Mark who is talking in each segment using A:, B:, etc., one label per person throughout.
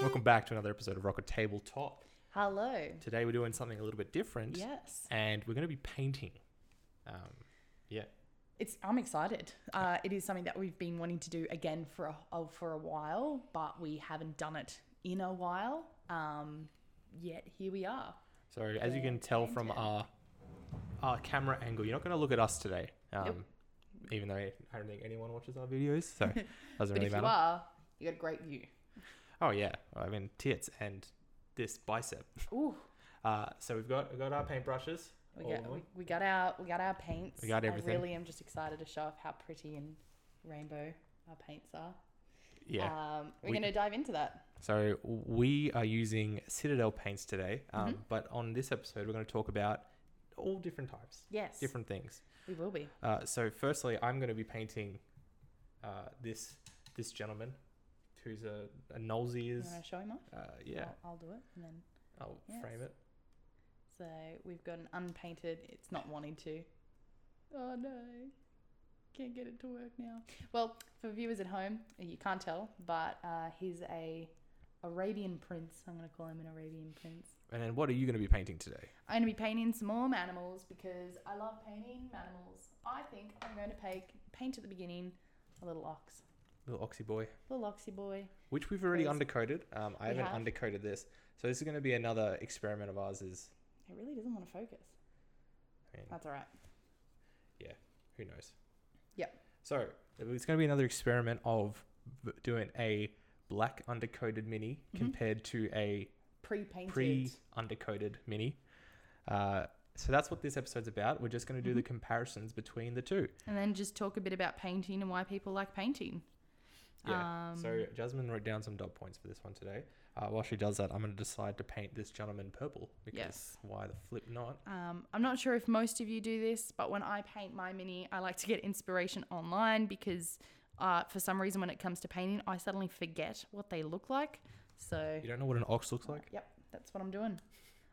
A: Welcome back to another episode of Rocket Tabletop.
B: Hello.
A: Today we're doing something a little bit different.
B: Yes.
A: And we're going to be painting. Um, yeah.
B: It's I'm excited. Uh, it is something that we've been wanting to do again for a oh, for a while, but we haven't done it in a while. Um, yet here we are.
A: So as you can tell from our our camera angle, you're not going to look at us today. Um,
B: Nope.
A: Even though I don't think anyone watches our videos, so doesn't
B: But
A: really
B: if you
A: matter.
B: are, you got a great view.
A: Oh yeah, I mean tits and this bicep.
B: Ooh,
A: Uh, so we've got we've got our paintbrushes.
B: we
A: all
B: got
A: of
B: we,
A: them.
B: we got our we got our paints.
A: We got everything.
B: I really am just excited to show off how pretty and rainbow our paints are.
A: Yeah.
B: Um, we're
A: We-
B: gonna dive into that.
A: So we are using Citadel paints today, um,
B: Mm-hmm.
A: but on this episode we're going to talk about all different types,
B: Yes.
A: different things.
B: We will be.
A: Uh, so firstly, I'm going to be painting uh, this this gentleman, who's a, a
B: You
A: Knowlesy.
B: want to show him off?
A: Uh, yeah,
B: I'll, I'll do it and then.
A: I'll
B: Oh, Yes.
A: frame it.
B: So we've got an unpainted. It's not wanting to. Oh no, can't get it to work now. Well, for viewers at home, you can't tell, but uh, he's a Arabian prince. I'm gonna call him an Arabian prince.
A: And then what are you going to be painting today?
B: I'm gonna be painting some more animals because I love painting animals. I think I'm going to paint paint at the beginning a little ox,
A: Little Oxy Boy,
B: little oxy boy.
A: which we've already
B: Please.
A: undercoated. Um, I
B: We
A: haven't
B: have.
A: undercoated this, so this is going to be another experiment of ours. Is
B: He really doesn't want to focus.
A: I mean,
B: That's all right.
A: who knows?
B: Yep.
A: So it's going to be another experiment of v- doing a black undercoated mini
B: Mhm.
A: compared to a
B: Pre-painted.
A: pre undercoated mini. Uh, so that's what this episode's about. We're just going to do
B: Mm-hmm.
A: the comparisons between the two.
B: and then just talk a bit about painting and why people like painting.
A: Yeah. so
B: Um,
A: Jasmine wrote down some dot points for this one today. Uh, while she does that, I'm going to decide to paint this gentleman purple because
B: Yes.
A: why the flip not?
B: Um, I'm not sure if most of you do this, but when I paint my mini, I like to get inspiration online because uh, for some reason, when it comes to painting, I suddenly forget what they look like. So,
A: You don't know what an ox looks like?
B: yep, that's what I'm doing.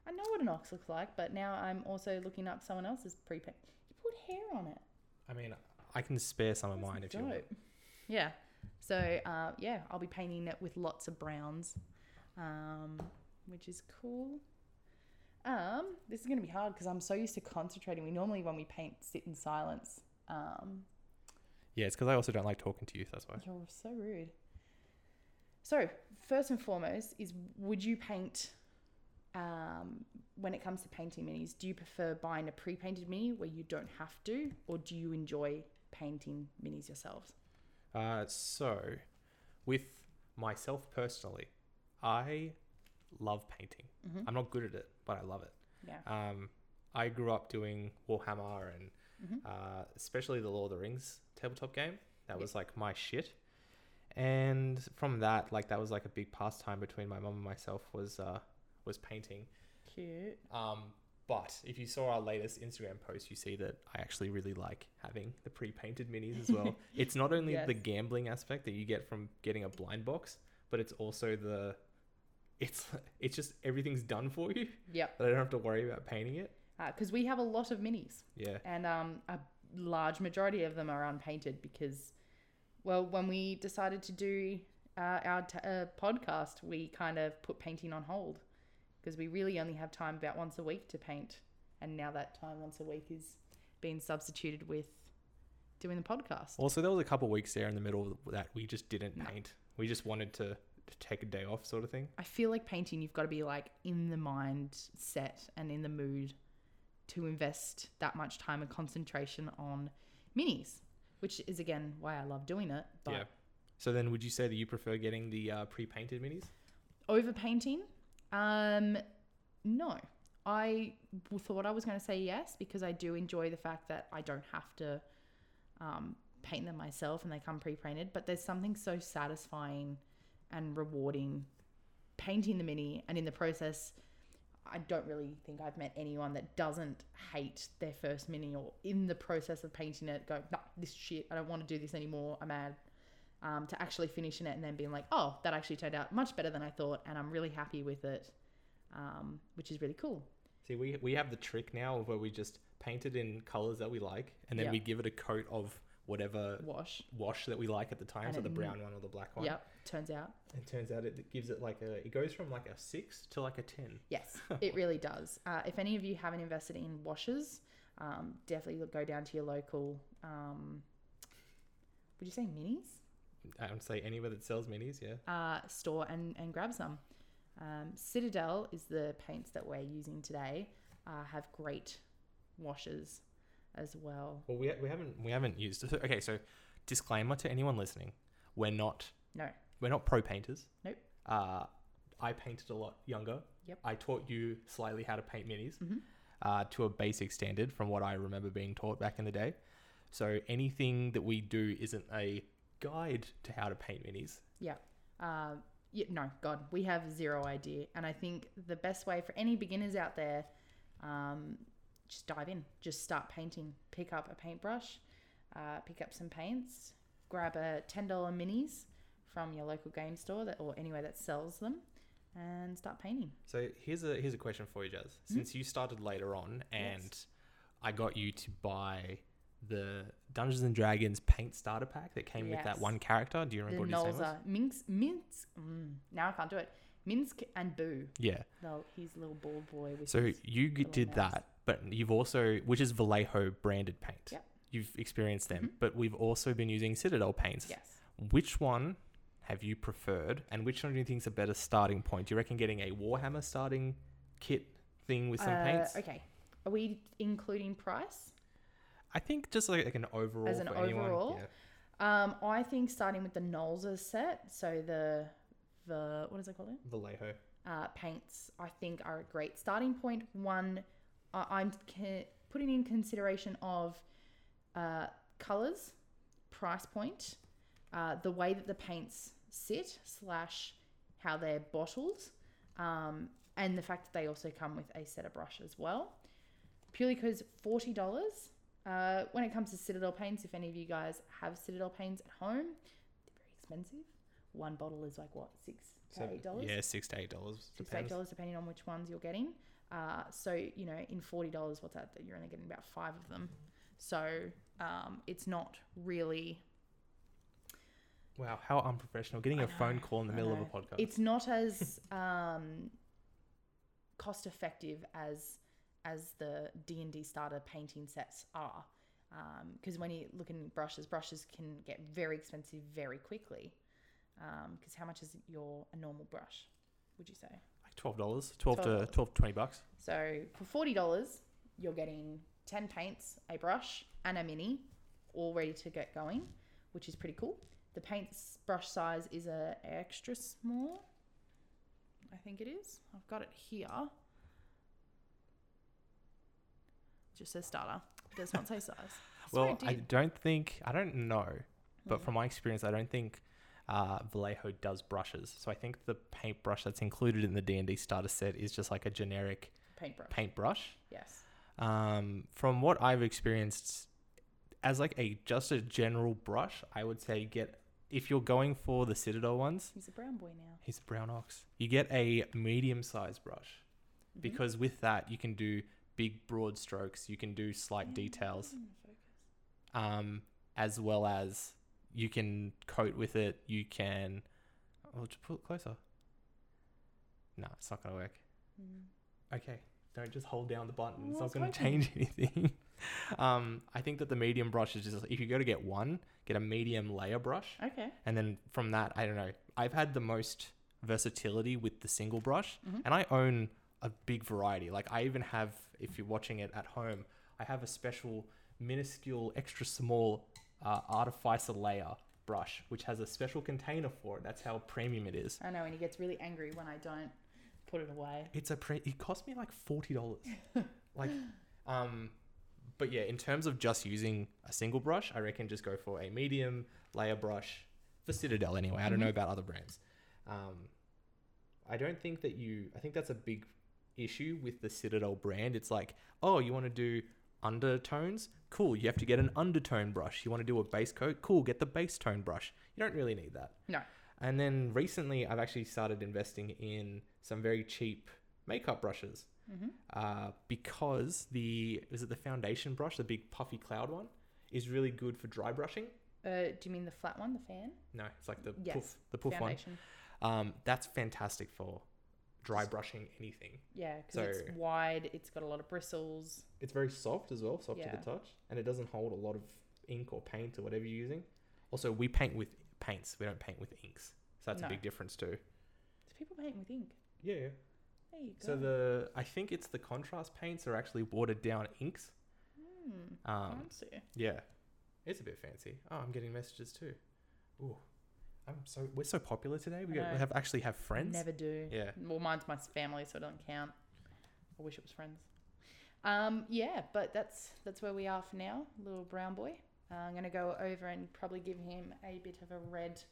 B: I know what an ox looks like, but now I'm also looking up someone else's pre paint. You put hair on it.
A: I mean, I can spare some of
B: That's
A: mine if you want.
B: dope. Yeah. So, uh, yeah, I'll be painting it with lots of browns, um, which is cool. Um, this is going to be hard because I'm so used to concentrating. We normally, when we paint, sit in silence. Um,
A: Yeah, it's because I also don't like talking to you. So that's why.
B: you're so rude. So, first and foremost, is would you paint? Um, when it comes to painting minis, do you prefer buying a pre-painted mini where you don't have to, or do you enjoy painting minis yourselves?
A: Uh, so, with myself personally, I love painting.
B: Mhm.
A: I'm not good at it, but I love it.
B: Yeah.
A: Um, I grew up doing Warhammer and
B: Mhm.
A: uh, especially the Lord of the Rings tabletop game. That
B: Yeah.
A: was like my shit. And from that, like that was like a big pastime between my mum and myself was uh, was painting.
B: Cute.
A: Um, but if you saw our latest Instagram post, you see that I actually really like having the pre-painted minis as well. it's not only the
B: Yes.
A: gambling aspect that you get from getting a blind box, but it's also the it's it's just everything's done for you
B: Yep.
A: that I don't have to worry about painting it.
B: Because Uh, we have a lot of minis,
A: Yeah.
B: and um, a large majority of them are unpainted because, well, when we decided to do uh, our t- uh, podcast, we kind of put painting on hold because we really only have time about once a week to paint. And now that time once a week is being substituted with doing the podcast.
A: Also, there was a couple weeks there in the middle that we just didn't
B: No.
A: paint. We just wanted to, to take a day off, sort of thing.
B: I feel like painting, you've got to be like in the mind set and in the mood to invest that much time and concentration on minis, which is again why I love doing it. But
A: Yeah. So then, would you say that you prefer getting the uh, pre-painted minis?
B: over painting, um, no. I w- thought I was going to say yes because I do enjoy the fact that I don't have to um, paint them myself and they come pre-painted. But there's something so satisfying and rewarding painting the mini, and in the process, I don't really think I've met anyone that doesn't hate their first mini or in the process of painting it go, no, this shit, I don't want to do this anymore. I'm mad. Um, to actually finishing it and then being like, oh, that actually turned out much better than I thought, and I'm really happy with it, um, which is really cool.
A: See, we we have the trick now of where we just paint it in colors that we like, and then
B: Yeah.
A: we give it a coat of whatever
B: wash.
A: wash that we like at the time,
B: And
A: so the
B: it-
A: brown one or the black one.
B: Yep. Turns out,
A: And turns out it gives it like a it goes from like a six to like a ten.
B: yes, it really does. Uh, if any of you haven't invested in washers, um, definitely go down to your local. Um, would you say minis?
A: I would say anywhere that sells minis, yeah.
B: uh, store and, and grab some. Um, Citadel is the paints that we're using today, uh, have great washes as well.
A: Well, we, we haven't we haven't used so- okay. So disclaimer to anyone listening: we're not
B: No.
A: we're not pro painters.
B: Nope.
A: Uh, I painted a lot younger.
B: Yep.
A: I taught you slightly how to paint minis
B: Mhm.
A: uh, to a basic standard from what I remember being taught back in the day. So anything that we do isn't a guide to how to paint minis.
B: Uh, yeah, no, God, we have zero idea. And I think the best way for any beginners out there, um, just dive in, just start painting. Pick up a paintbrush, uh, pick up some paints, grab a $10 minis from your local game store that, or anywhere that sells them, and start painting.
A: So here's a here's a question for you, Jazz.
B: Hmm?
A: Since you started later on, and I got you to buy the Dungeons and Dragons paint starter pack that came with that
B: Yes.
A: one character. Do you
B: The
A: remember what his name was?
B: Nolza. Minsk, Minsk. Mm, now I can't do it. Minsk and Boo.
A: Yeah.
B: No, he's a little bald boy. With
A: So
B: his-
A: you g-
B: the
A: did
B: one that was-
A: that, but you've also, which is Vallejo branded paint.
B: Yep. Mm-hmm.
A: You've experienced them, but we've also been using Citadel paints.
B: yes.
A: Which one have you preferred, and which one do you think is a better starting point? Do you reckon getting a Warhammer starting kit thing with some
B: Uh,
A: paints?
B: Okay. Are we including price?
A: I think just like, like an overall
B: As an
A: for anyone.
B: overall?
A: Yeah.
B: Um, I think starting with the Nolza set, so the the what is it called? again?
A: Vallejo.
B: Uh, paints, I think, are a great starting point. One, I I'm ca- putting in consideration of uh, colors, price point, uh, the way that the paints sit, slash how they're bottled, um, and the fact that they also come with a set of brush as well. Purely because forty dollars. Uh, when it comes to Citadel paints, if any of you guys have Citadel paints at home, they're very expensive. One bottle is like what six to
A: So-
B: eight dollars
A: Yeah, six to eight dollars.
B: six to eight dollars depending on which ones you're getting. Uh, so you know, in forty dollars, what's that? That you're only getting about five of them. So um, it's not really.
A: Wow, how unprofessional! Getting
B: I
A: a phone
B: know,
A: call in the
B: I
A: middle of a
B: know.
A: podcast.
B: It's not as um, cost effective as as the D and D starter painting sets are. Because when you look in brushes, brushes can get very expensive very quickly. Because how much is your a normal brush? Would you say?
A: like twelve dollars, twelve to
B: $12.
A: 12 to twenty bucks.
B: So for forty dollars, you're getting ten paints, a brush, and a mini, all ready to get going, which is pretty cool. The paint s- brush size is a extra small. I think it is. I've got it here. Just says starter. It does not say size. I swear
A: Well,
B: it
A: I
B: did.
A: don't think I don't know, but
B: Hmm.
A: from my experience, I don't think uh, Vallejo does brushes. So I think the paintbrush that's included in the D and D starter set is just like a generic
B: Mm. paintbrush.
A: paintbrush.
B: Yes.
A: Um, from what I've experienced, as like a just a general brush, I would say get if you're going for the Citadel ones,
B: He's a brown boy now.
A: he's a brown ox. You get a medium sized brush
B: Mhm.
A: because with that you can do big broad strokes, you can do slight
B: Yeah,
A: details.
B: I'm in focus.
A: um, as well as you can coat with it. You can. Oh, just put it closer. No, it's not gonna work.
B: Mm.
A: Okay, don't just hold down the button.
B: Well,
A: it's not
B: it's
A: gonna
B: working.
A: change anything. um, I think that the medium brush is just if you go to get one, get a medium layer brush,
B: Okay.
A: and then from that, I don't know. I've had the most versatility with the single brush,
B: Mhm.
A: and I own a big variety. Like I even have, if you're watching it at home, I have a special minuscule, extra small uh, artificer layer brush, which has a special container for it. That's how premium it is.
B: I know, and he gets really angry when I don't put it away.
A: It's a pre- it cost me like forty dollars. like, um, but yeah, in terms of just using a single brush, I reckon just go for a medium layer brush for Citadel anyway. I don't know
B: Mhm.
A: about other brands. Um, I don't think that you. I think that's a big issue with the Citadel brand. It's like, oh, you want to do undertones? Cool, you have to get an undertone brush. You want to do a base coat? Cool, get the base tone brush. You don't really need that.
B: No.
A: And then recently, I've actually started investing in some very cheap makeup brushes
B: Mm-hmm.
A: uh, because the is it the foundation brush, the big puffy cloud one? is really good for dry brushing.
B: Uh, do you mean the flat one, the fan
A: No, it's like the
B: Yes.
A: poof, the poof
B: foundation?
A: one. Um, that's fantastic for dry brushing anything.
B: Yeah, because
A: So-
B: it's wide. It's got a lot of bristles.
A: It's very soft as well, soft to
B: Yeah.
A: the touch, and it doesn't hold a lot of ink or paint or whatever you're using. Also, we paint with paints. We don't paint with inks, so that's
B: No.
A: a big difference too.
B: Do people paint with ink?
A: Yeah. yeah.
B: There you go.
A: So the I think it's the contrast paints are actually watered down inks.
B: Hmm,
A: Um,
B: fancy.
A: Yeah, it's a bit fancy. Oh, I'm getting messages too. Ooh, I'm so we're so popular today. We,
B: I
A: got,
B: know.
A: we have actually have friends.
B: Never do.
A: Yeah,
B: Well, mine's my family, so it doesn't count. I wish it was friends. Um, yeah, but that's that's where we are for now, little brown boy. Uh, I'm gonna go over and probably give him a bit of a red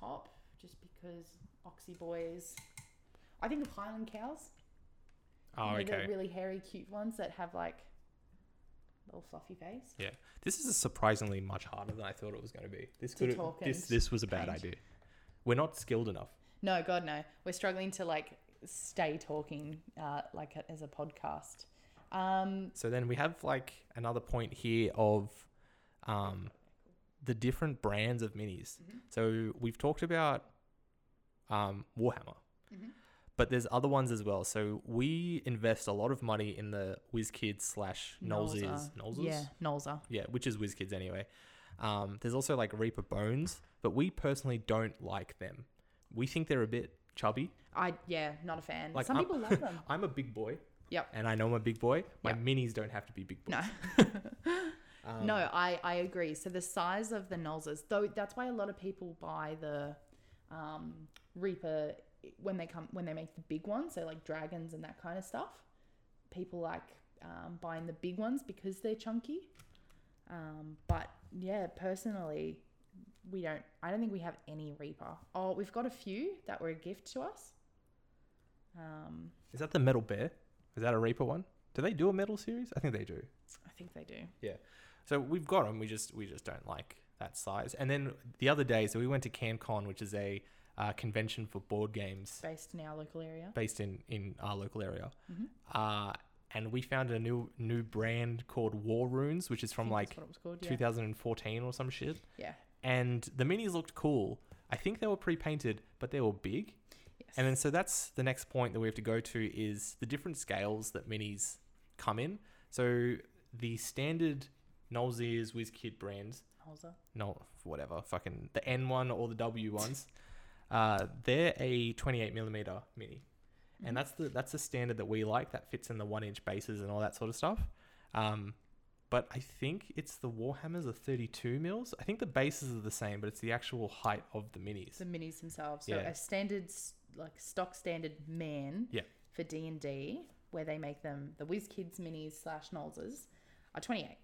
B: top, just because Oxy boys. I think of Highland cows.
A: Oh,
B: You know,
A: okay.
B: The really hairy, cute ones that have like little fluffy face.
A: This is surprisingly much harder than I thought it was going to be. This
B: To
A: could
B: talk
A: this
B: and
A: this was a bad
B: paint.
A: idea. We're not skilled enough.
B: No, God, no. We're struggling to like stay talking uh, like as a podcast. Um,
A: So then we have like another point here of um, the different brands of minis.
B: Mm-hmm.
A: So we've talked about um, Warhammer,
B: Mhm.
A: but there's other ones as well. So we invest a lot of money in the WizKids slash Knowles's. Knowles's?
B: uh, Yeah, Nolza.
A: Yeah, which is WizKids anyway. Um, there's also like Reaper Bones, but we personally don't like them. We think they're a bit chubby.
B: I yeah, not a fan.
A: Like, um,
B: Some
A: I'm-
B: people love them.
A: I'm a big boy.
B: Yep.
A: And I know I'm a big boy. My
B: Yep.
A: minis don't have to be big boys.
B: No,
A: Um,
B: no, I I agree. So the size of the Nolzas, though, that's why a lot of people buy the um, Reaper when they come when they make the big ones. So like dragons and that kind of stuff. People like um, buying the big ones because they're chunky. Um, but yeah, personally, we don't. I don't think we have any Reaper. Oh, we've got a few that were a gift to us. Um,
A: Is that the Metal Bear? Is that a Reaper one? Do they do a metal series? I think they do.
B: I think they do.
A: So we've got them. We just we just don't like that size. And then the other day, so we went to CanCon, which is a uh, convention for board games
B: based in our local area.
A: based in in our local area.
B: Mhm.
A: Uh, and we found a new new brand called War Runes, which is
B: I
A: from
B: think
A: like
B: that's what it was called. Yeah.
A: 2014 or some shit.
B: yeah.
A: And the minis looked cool. I think they were pre-painted, but they were big.
B: Yes.
A: And then so that's the next point that we have to go to is the different scales that minis come in. So the standard Knowles Ears WizKid brands,
B: Holzer.
A: no whatever, fucking the N one or the W ones, uh, they're a twenty eight millimeter mini.
B: Mhm.
A: And that's the that's the standard that we like that fits in the one inch bases and all that sort of stuff. Um, but I think it's the Warhammers are 32 mils. I think the bases are the same, but it's the actual height of the minis.
B: the minis themselves. So
A: Yeah.
B: a standard, s- like stock standard man
A: Yeah.
B: for D and D, where they make them the Whiz Kids minis slash Knowleses, are twenty eight.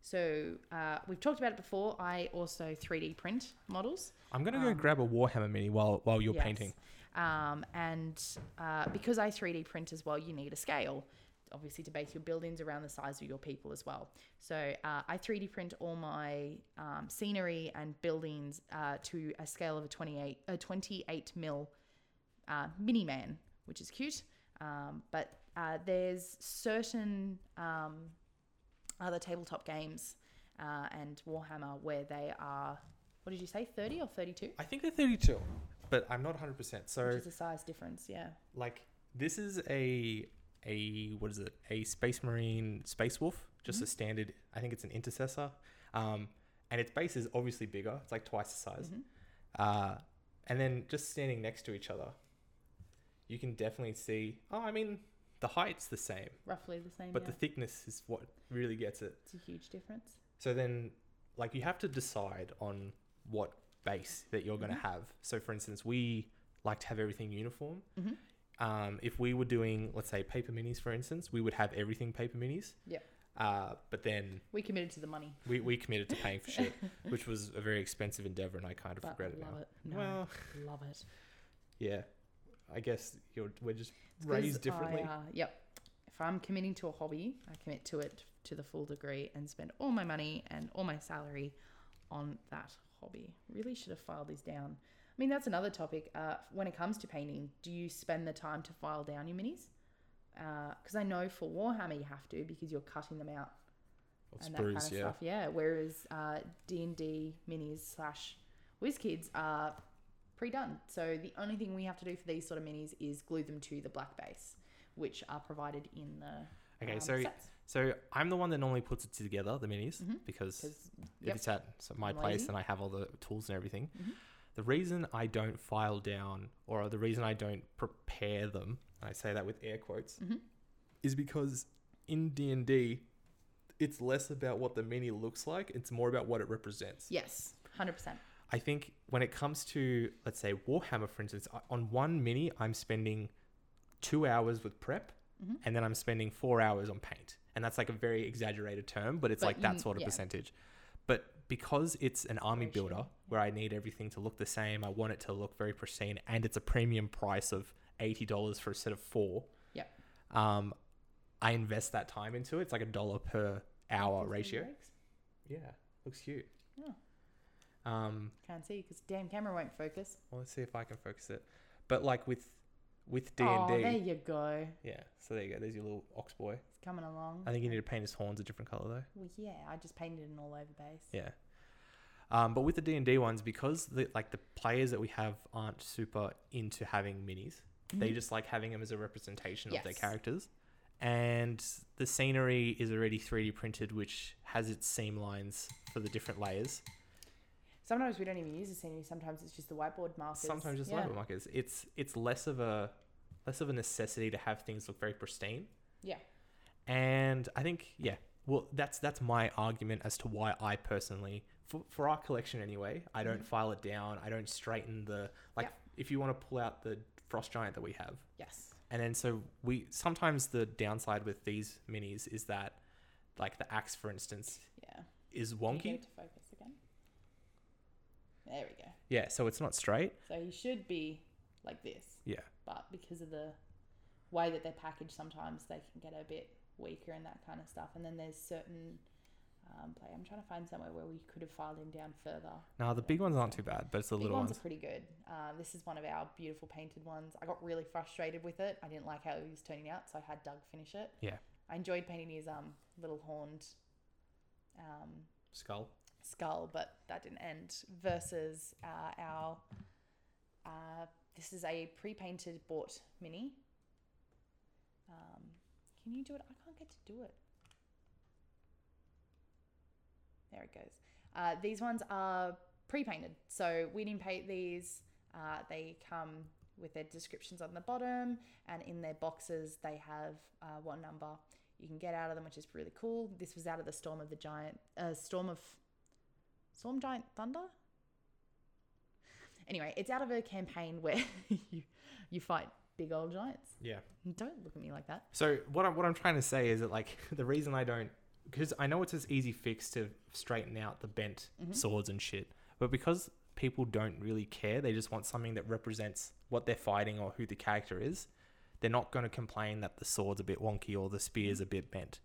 B: So uh, we've talked about it before. I also three D print models.
A: I'm gonna go
B: Um,
A: grab a Warhammer mini while while you're
B: Yes.
A: painting.
B: Um, and uh, because I 3D print as well, you need a scale, obviously, to base your buildings around the size of your people as well. So uh, I 3D print all my um, scenery and buildings uh, to a scale of a 28, a 28 mil uh, mini man, which is cute. Um, but uh, there's certain um, other tabletop games uh, and Warhammer where they are, what did you say, 30 or 32?
A: I think they're 32, but I'm not 100%.
B: Which
A: So,
B: is a size difference, yeah.
A: like, this is a a what is it? A Space Marine Space Wolf, just
B: Mm-hmm.
A: a standard. I think it's an intercessor, um, and its base is obviously bigger. It's like twice the size.
B: Mhm.
A: Uh, and then just standing next to each other, you can definitely see. Oh, I mean, the height's the same,
B: Roughly the same.
A: but
B: yeah.
A: the thickness is what really gets it.
B: It's a huge difference.
A: So then, like, you have to decide on what base that you're going to
B: Mhm.
A: have. So, for instance, we like to have everything uniform.
B: Mhm.
A: Um, if we were doing, let's say, paper minis, for instance, we would have everything paper minis.
B: Yep.
A: Uh, but then
B: We committed to the money,
A: we, we committed to paying for shit, which was a very expensive endeavor, and I kind of
B: but
A: regret it
B: love
A: now.
B: it. No,
A: Well,
B: love it.
A: yeah. I guess you're, we're just
B: It's 'cause
A: raised differently.
B: I, uh, yep. If I'm committing to a hobby, I commit to it to the full degree and spend all my money and all my salary on that hobby. Really should have filed these down. I mean, that's another topic. Uh, when it comes to painting, do you spend the time to file Uh, down your minis? Because I know for Warhammer you have to because you're cutting them out
A: Of
B: and
A: sprues,
B: that kind of
A: yeah.
B: stuff. Yeah. Whereas uh, D and D minis slash whiz kids are pre-done. So the only thing we have to do for these sort of minis is glue them to the black base, which are provided in the
A: Okay,
B: um,
A: so
B: sets.
A: so I'm the one that normally puts it together, the minis,
B: Mhm.
A: because
B: 'Cause-
A: if
B: yep.
A: it's at so my
B: I'm
A: place
B: lazy.
A: and I have all the tools and everything.
B: Mhm.
A: The reason I don't file down, or the reason I don't prepare them, and I say that with air quotes,
B: Mhm.
A: is because in D and D, it's less about what the mini looks like; it's more about what it represents.
B: yes, hundred percent.
A: I think when it comes to, let's say, Warhammer, for instance, I- on one mini, I'm spending two hours with prep
B: Mhm.
A: and then I'm spending four hours on paint. And that's like a very exaggerated term, but it's
B: But
A: like
B: you
A: that
B: kn-
A: sort of
B: yeah.
A: percentage. But because it's an army
B: Ratio,
A: builder where I need everything to look the same, I want it to look very pristine, and it's a premium price of $80 for a set of four.
B: Yep.
A: Um, I invest that time into it. It's like a dollar per hour Oh, ratio. Yeah, looks cute.
B: Yeah.
A: Um,
B: Can't see because damn camera won't focus.
A: well, let's see if I can focus it. But like with with D
B: Oh, there
A: and D,
B: you go.
A: yeah. So there you go. There's your little ox boy.
B: It's coming along.
A: I think you need to paint his horns a different color though.
B: Well, yeah, I just painted an all over base.
A: Yeah. Um, but with the D and D ones, because the, like the players that we have aren't super into having minis, they
B: Mhm.
A: just like having them as a representation of their
B: Yes.
A: characters. And the scenery is already 3D printed, which has its seam lines for the different layers.
B: Sometimes we don't even use the scenery. Sometimes it's just the whiteboard markers.
A: Sometimes just
B: yeah.
A: label markers. It's it's less of a less of a necessity to have things look very pristine.
B: Yeah.
A: And I think yeah, well that's that's my argument as to why I personally for, for our collection anyway, I don't
B: Mhm.
A: file it down. I don't straighten the like
B: Yep.
A: if you want to pull out the frost giant that we have.
B: Yes.
A: And then so we sometimes the downside with these minis is that like the axe for instance
B: Yeah.
A: is
B: Can you get
A: wonky.
B: it to focus again. There we go.
A: Yeah, so it's not straight.
B: So he should be like this,
A: Yeah.
B: but because of the way that they're packaged, sometimes they can get a bit weaker and that kind of stuff. And then there's certain um, play. I'm trying to find somewhere where we could have filed him down further.
A: Now the big ones aren't too bad, but it's the
B: Big
A: little
B: ones,
A: ones.
B: are pretty good. Uh, this is one of our beautiful painted ones. I got really frustrated with it. I didn't like how he was turning out, so I had Doug finish it.
A: Yeah.
B: I enjoyed painting his um little horned um,
A: Skull.
B: skull, but that didn't end. Versus uh, our uh, this is a pre-painted bought mini. Um, can you do it? I can't get to do it. There it goes. Uh, these ones are pre-painted, so we didn't paint these. Uh, they come with their descriptions on the bottom, and in their boxes they have uh, what number you can get out of them, which is really cool. This was out of the Storm of the Giant, uh, Storm of Storm Giant Thunder. Anyway, it's out of a campaign where you you fight big old giants.
A: Yeah.
B: Don't look at me like that.
A: So what I'm what I'm trying to say is that like the reason I don't because I know it's this easy fix to straighten out the bent
B: Mhm.
A: swords and shit, but because people don't really care, they just want something that represents what they're fighting or who the character is. They're not going to complain that the sword's a bit wonky or the spear's a bit bent,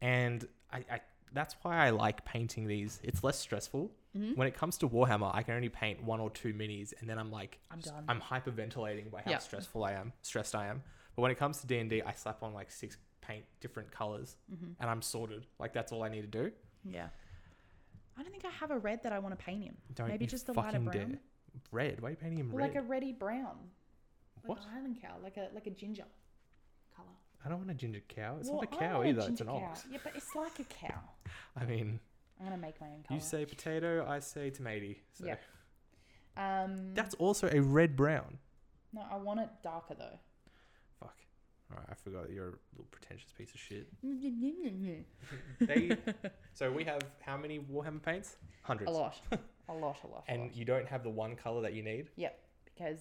A: and I, I that's why I like painting these. It's less stressful.
B: Mhm.
A: When it comes to Warhammer, I can only paint one or two minis, and then I'm like,
B: I'm done.
A: I'm hyperventilating by how
B: Yeah.
A: stressful I am, stressed I am. But when it comes to D and I slap on like six paint different colors,
B: Mm-hmm.
A: and I'm sorted. Like that's all I need to do.
B: Yeah. I don't think I have a red that I want to paint him.
A: Don't
B: Maybe
A: you
B: just the lighter
A: fucking
B: brown.
A: dare. Red? Why are you painting him
B: Well,
A: red?
B: like a reddy brown. Like
A: What?
B: an island cow, like a like a ginger color.
A: I don't want a ginger cow. It's
B: Well,
A: not a
B: I
A: cow
B: want
A: either. It's
B: ginger
A: an
B: cow.
A: ox.
B: Yeah, but it's like a cow.
A: I mean,
B: I'm gonna make my own color.
A: you say potato, I say tomato. So
B: Yeah. um,
A: that's also a red brown.
B: no, I want it darker though.
A: Fuck. All right, I forgot you're a little pretentious piece of shit.
B: a
A: They. so we have how many Warhammer paints? Hundreds.
B: lot, a lot, a lot, a lot.
A: And you don't have the one color that you need.
B: Because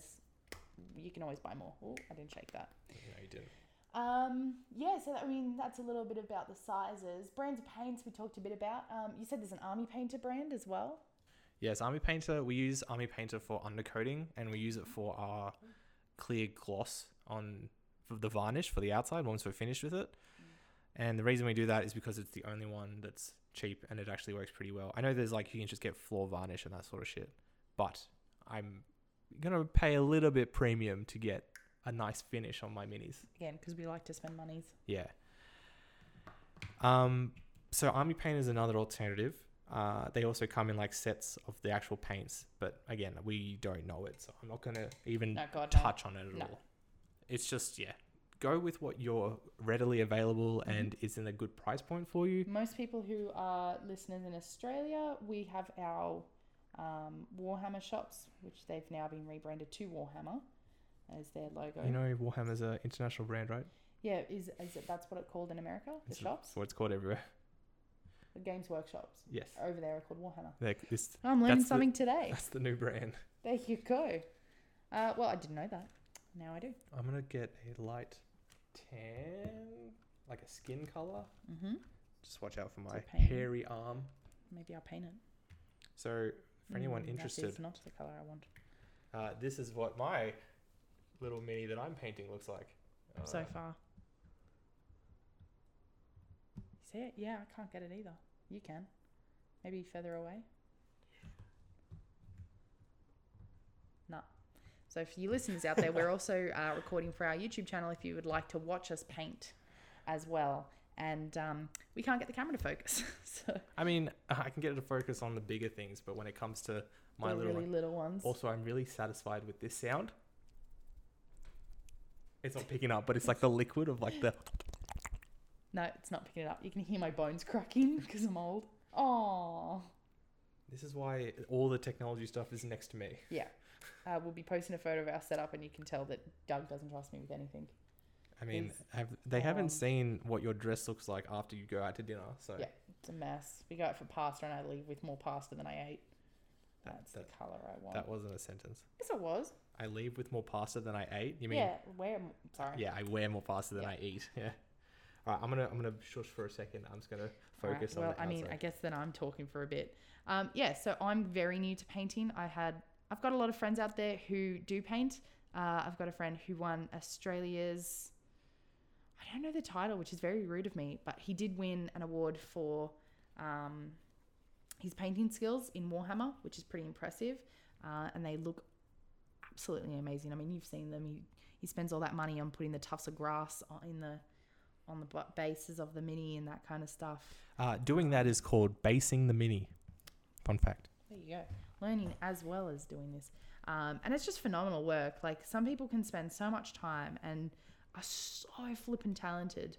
B: you can always buy more. Oh, I didn't shake that.
A: No, you didn't.
B: Um, yeah, so that, I mean, that's a little bit about the sizes. Brands of paints we talked a bit about. Um, you said there's an army painter brand as well.
A: Yes, Army Painter. We use Army Painter for undercoating, and we use it for our clear gloss on for the varnish for the outside once we're finished with it. And the reason we do that is because it's the only one that's cheap and it actually works pretty well. I know there's like you can just get floor varnish and that sort of shit, but I'm gonna pay a little bit premium to get a nice finish on my minis.
B: Again, because we like to spend monies.
A: Yeah. Um. so army paint is another alternative. Uh, they also come in like sets of the actual paints, but again, we don't know it, so I'm not gonna even
B: No, Oh, God, no.
A: Mm. touch on it at
B: No.
A: all. It's just yeah, go with what you're readily available
B: Mm-hmm.
A: and is in a good price point for you.
B: Most people who are listeners in Australia, we have our um, Warhammer shops, which they've now been rebranded to Warhammer as their logo.
A: You know, Warhammer's an international brand, right?
B: yeah, is, is it, that's what it's called in America? The
A: It's-
B: shops?
A: So it's called everywhere.
B: The Games Workshops.
A: Yes,
B: Over there are called Warhammer.
A: Like, it's,
B: I'm learning
A: That's the-
B: something today.
A: that's the new brand.
B: There you go. Uh, well, I didn't know that. Now I do.
A: I'm gonna get a light tan, like a skin color.
B: Mm-hmm.
A: Just watch out for
B: It's a
A: my
B: pain.
A: hairy arm.
B: Maybe I'll paint it.
A: So, for anyone
B: Mm, That
A: interested,
B: is not the color I want.
A: uh, this is what my little mini that I'm painting looks like. Uh,
B: so far. See it? Yeah, I can't get it either. You can. Maybe further away. Nah. So for you listeners out there, we're also uh, recording for our YouTube channel if you would like to watch us paint as well. And um, we can't get the camera to focus. so
A: I mean, uh, I can get it to focus on the bigger things, but when it comes to my
B: the
A: little
B: really
A: one,
B: little ones.
A: also I'm really satisfied with this sound. It's not picking up, but it's like the liquid of like the.
B: No, it's not picking it up. You can hear my bones cracking because I'm old. Oh.
A: This is why all the technology stuff is next to me.
B: Uh, we'll be posting a photo of our setup, and you can tell that Doug doesn't trust me with anything.
A: I mean,
B: Is-
A: have, they haven't
B: um,
A: seen what your dress looks like after you go out to dinner, so
B: Yeah. It's a mess. We go out for pasta, and I leave with more pasta than I ate.
A: That-
B: That's the
A: that-
B: color I want.
A: that wasn't a sentence.
B: yes, it was.
A: I leave with more pasta than I ate. You mean?
B: yeah, where? am- Sorry.
A: Yeah, I wear more pasta than
B: Yeah.
A: I eat. Yeah. All right, I'm gonna I'm gonna shush for a second. I'm just gonna
B: All right,
A: focus
B: well,
A: on. the
B: I mean, I
A: outside.
B: guess then I'm talking for a bit. Um, yeah, so I'm very new to painting. I had, I've got a lot of friends out there who do paint. Uh, I've got a friend who won Australia's, I don't know the title, which is very rude of me, but he did win an award for um, his painting skills in Warhammer, which is pretty impressive. Uh, and they look absolutely amazing. I mean, you've seen them. He, he spends all that money on putting the tufts of grass on, in the on the bu- bases of the mini and that kind of stuff.
A: uh, doing that is called basing the mini. Fun fact.
B: There you go. Learning as well as doing this. Um, and it's just phenomenal work. Like some people can spend so much time and are so flippin' talented.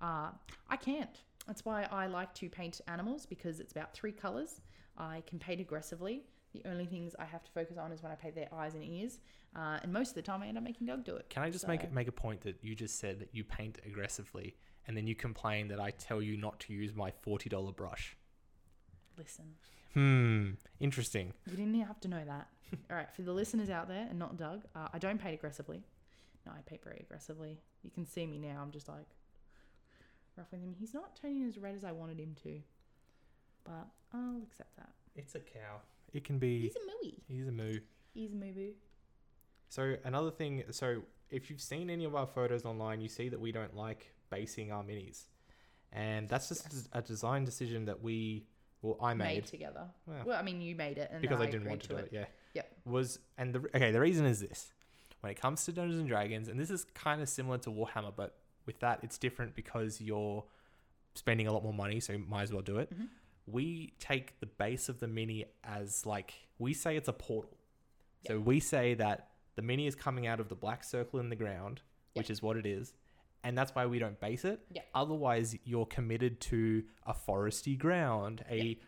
B: Uh, I can't. That's why I like to paint animals because it's about three colors. I can paint aggressively. The only things I have to focus on is when I paint their eyes and ears. Uh, and most of the time I end up making Doug do it.
A: Can I just
B: So-
A: make make a point that you just said that you paint aggressively, and then you complain that I tell you not to use my forty dollar brush.
B: Listen,
A: Hmm. Interesting.
B: you didn't have to know that. All right, for the listeners out there and not Doug, uh, I don't paint aggressively. No, I paint very aggressively. You can see me now. I'm just like rough with him. He's not turning as red as I wanted him to, but I'll accept that.
A: It's a cow. It can be.
B: He's a mooey.
A: He's a moo.
B: He's a moo boo.
A: So another thing, so if you've seen any of our photos online, you see that we don't like basing our minis, and that's just a design decision that we, well, I made,
B: together.
A: Wow.
B: Well, I mean, you made it, and
A: because I,
B: then
A: didn't
B: agreed
A: want to do it. Yeah.
B: Yep.
A: Was and the okay the reason is this, when it comes to Dungeons and Dragons, and this is kind of similar to Warhammer, but with that it's different because you're spending a lot more money, so you might as well do it.
B: Mhm.
A: We take the base of the mini as like we say it's a portal.
B: Yeah.
A: So we say that the mini is coming out of the black circle in the ground,
B: Yeah.
A: which is what it is, and that's why we don't base it.
B: Yeah.
A: Otherwise, you're committed to a foresty ground, a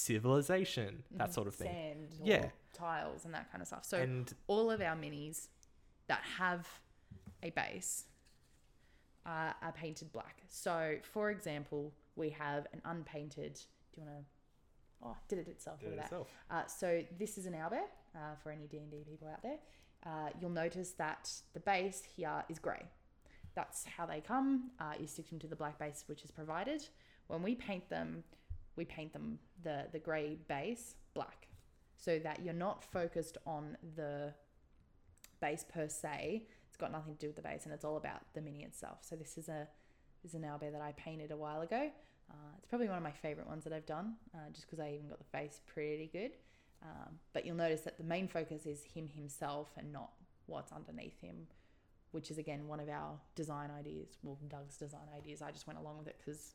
A: civilization, that sort of thing.
B: Sand, or
A: Yeah.
B: tiles, and that kind of stuff. So
A: And
B: all of our minis that have a base uh, are painted black. So, for example, we have an unpainted. Do you want to? Oh, did it itself.
A: did
B: look
A: it
B: at that.
A: itself.
B: Uh, so this is an owlbear uh, for any D&D people out there. Uh, you'll notice that the base here is grey. That's how they come. Uh, you stick them to the black base which is provided. When we paint them, we paint them the, the grey base black so that you're not focused on the base per se. It's got nothing to do with the base and it's all about the mini itself. So this is a this is an owlbear that I painted a while ago. Uh, it's probably one of my favourite ones that I've done, uh, just because I even got the face pretty good. Um, but you'll notice that the main focus is him himself and not what's underneath him, which is again one of our design ideas. Well, Doug's design ideas. I just went along with it because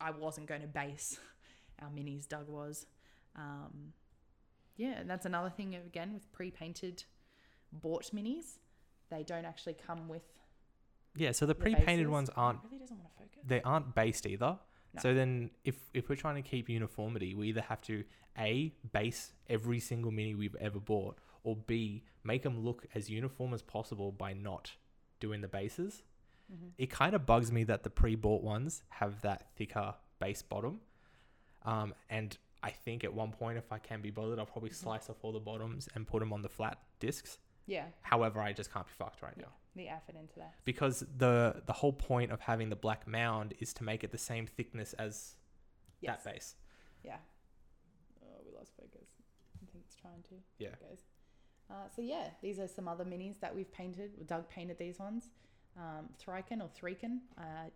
B: I wasn't going to base our minis. Doug was, um, yeah, and that's another thing again with pre-painted bought minis. They don't actually come with
A: Yeah, so the
B: the
A: pre-painted
B: bases.
A: ones
B: Oh, it
A: aren't
B: Really doesn't want to focus.
A: they aren't based either.
B: No.
A: So then if if we're trying to keep uniformity, we either have to A base every single mini we've ever bought or B make them look as uniform as possible by not doing the bases.
B: Mhm.
A: It kind of bugs me that the pre-bought ones have that thicker base bottom. Um, and I think at one point if I can be bothered, I'll
B: Mm-hmm.
A: probably slice off all the bottoms and put them on the flat discs.
B: Yeah,
A: However, I just can't be fucked right
B: yeah,
A: now
B: the effort into that.
A: because the the whole point of having the black mound is to make it the same thickness as
B: Yes.
A: that base.
B: Yeah. Oh, we lost focus. I think it's trying to.
A: Yeah.
B: It goes. Uh, so yeah, these are some other minis that we've painted. Doug painted these ones. Um, Thriken or Threaken. Uh,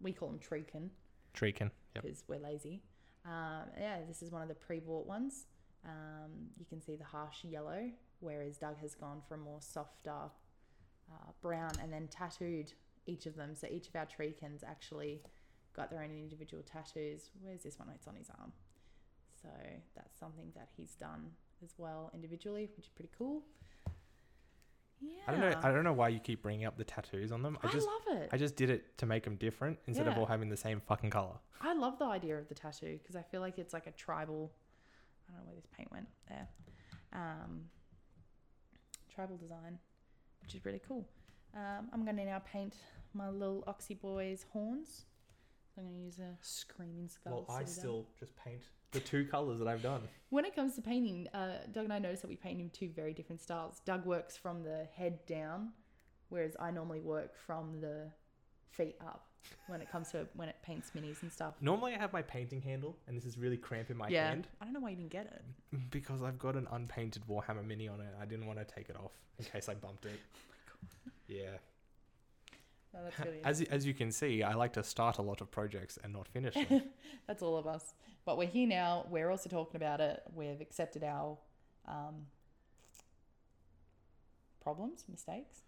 B: we call them Treaken
A: Treakin. Yep.
B: because we're lazy. Um, yeah, this is one of the pre-bought ones. Um, you can see the harsh yellow, whereas Doug has gone for a more softer uh, brown and then tattooed each of them. So each of our Treakins actually got their own individual tattoos. Where's this one? It's on his arm. So that's something that he's done as well individually, which is pretty cool. Yeah.
A: I don't know. I don't know why you keep bringing up the tattoos on them. I
B: I
A: just
B: love it.
A: I just did it to make them different instead of
B: Yeah.
A: all having the same fucking color.
B: I love the idea of the tattoo because I feel like it's like a tribal. I don't know where this paint went there. Um, tribal design, which is really cool. Um, I'm going to now paint my little Oxy Boy's horns. So I'm going to use a screaming skull. scissor.
A: just paint the two colors that I've done.
B: When it comes to painting, uh, Doug and I noticed that we paint in two very different styles. Doug works from the head down, whereas I normally work from the feet up when it comes to when it paints minis and stuff.
A: Normally I have my painting handle, and this is really cramping my
B: yeah,
A: hand
B: I don't know why you didn't get it.
A: because I've got an unpainted Warhammer Mini on it. I didn't want to take it off in case I bumped it. Yeah.
B: No, that's really
A: As y- as you can see, I like to start a lot of projects and not finish them.
B: that's all of us. But we're here now. We're also talking about it. We've accepted our um, problems, mistakes.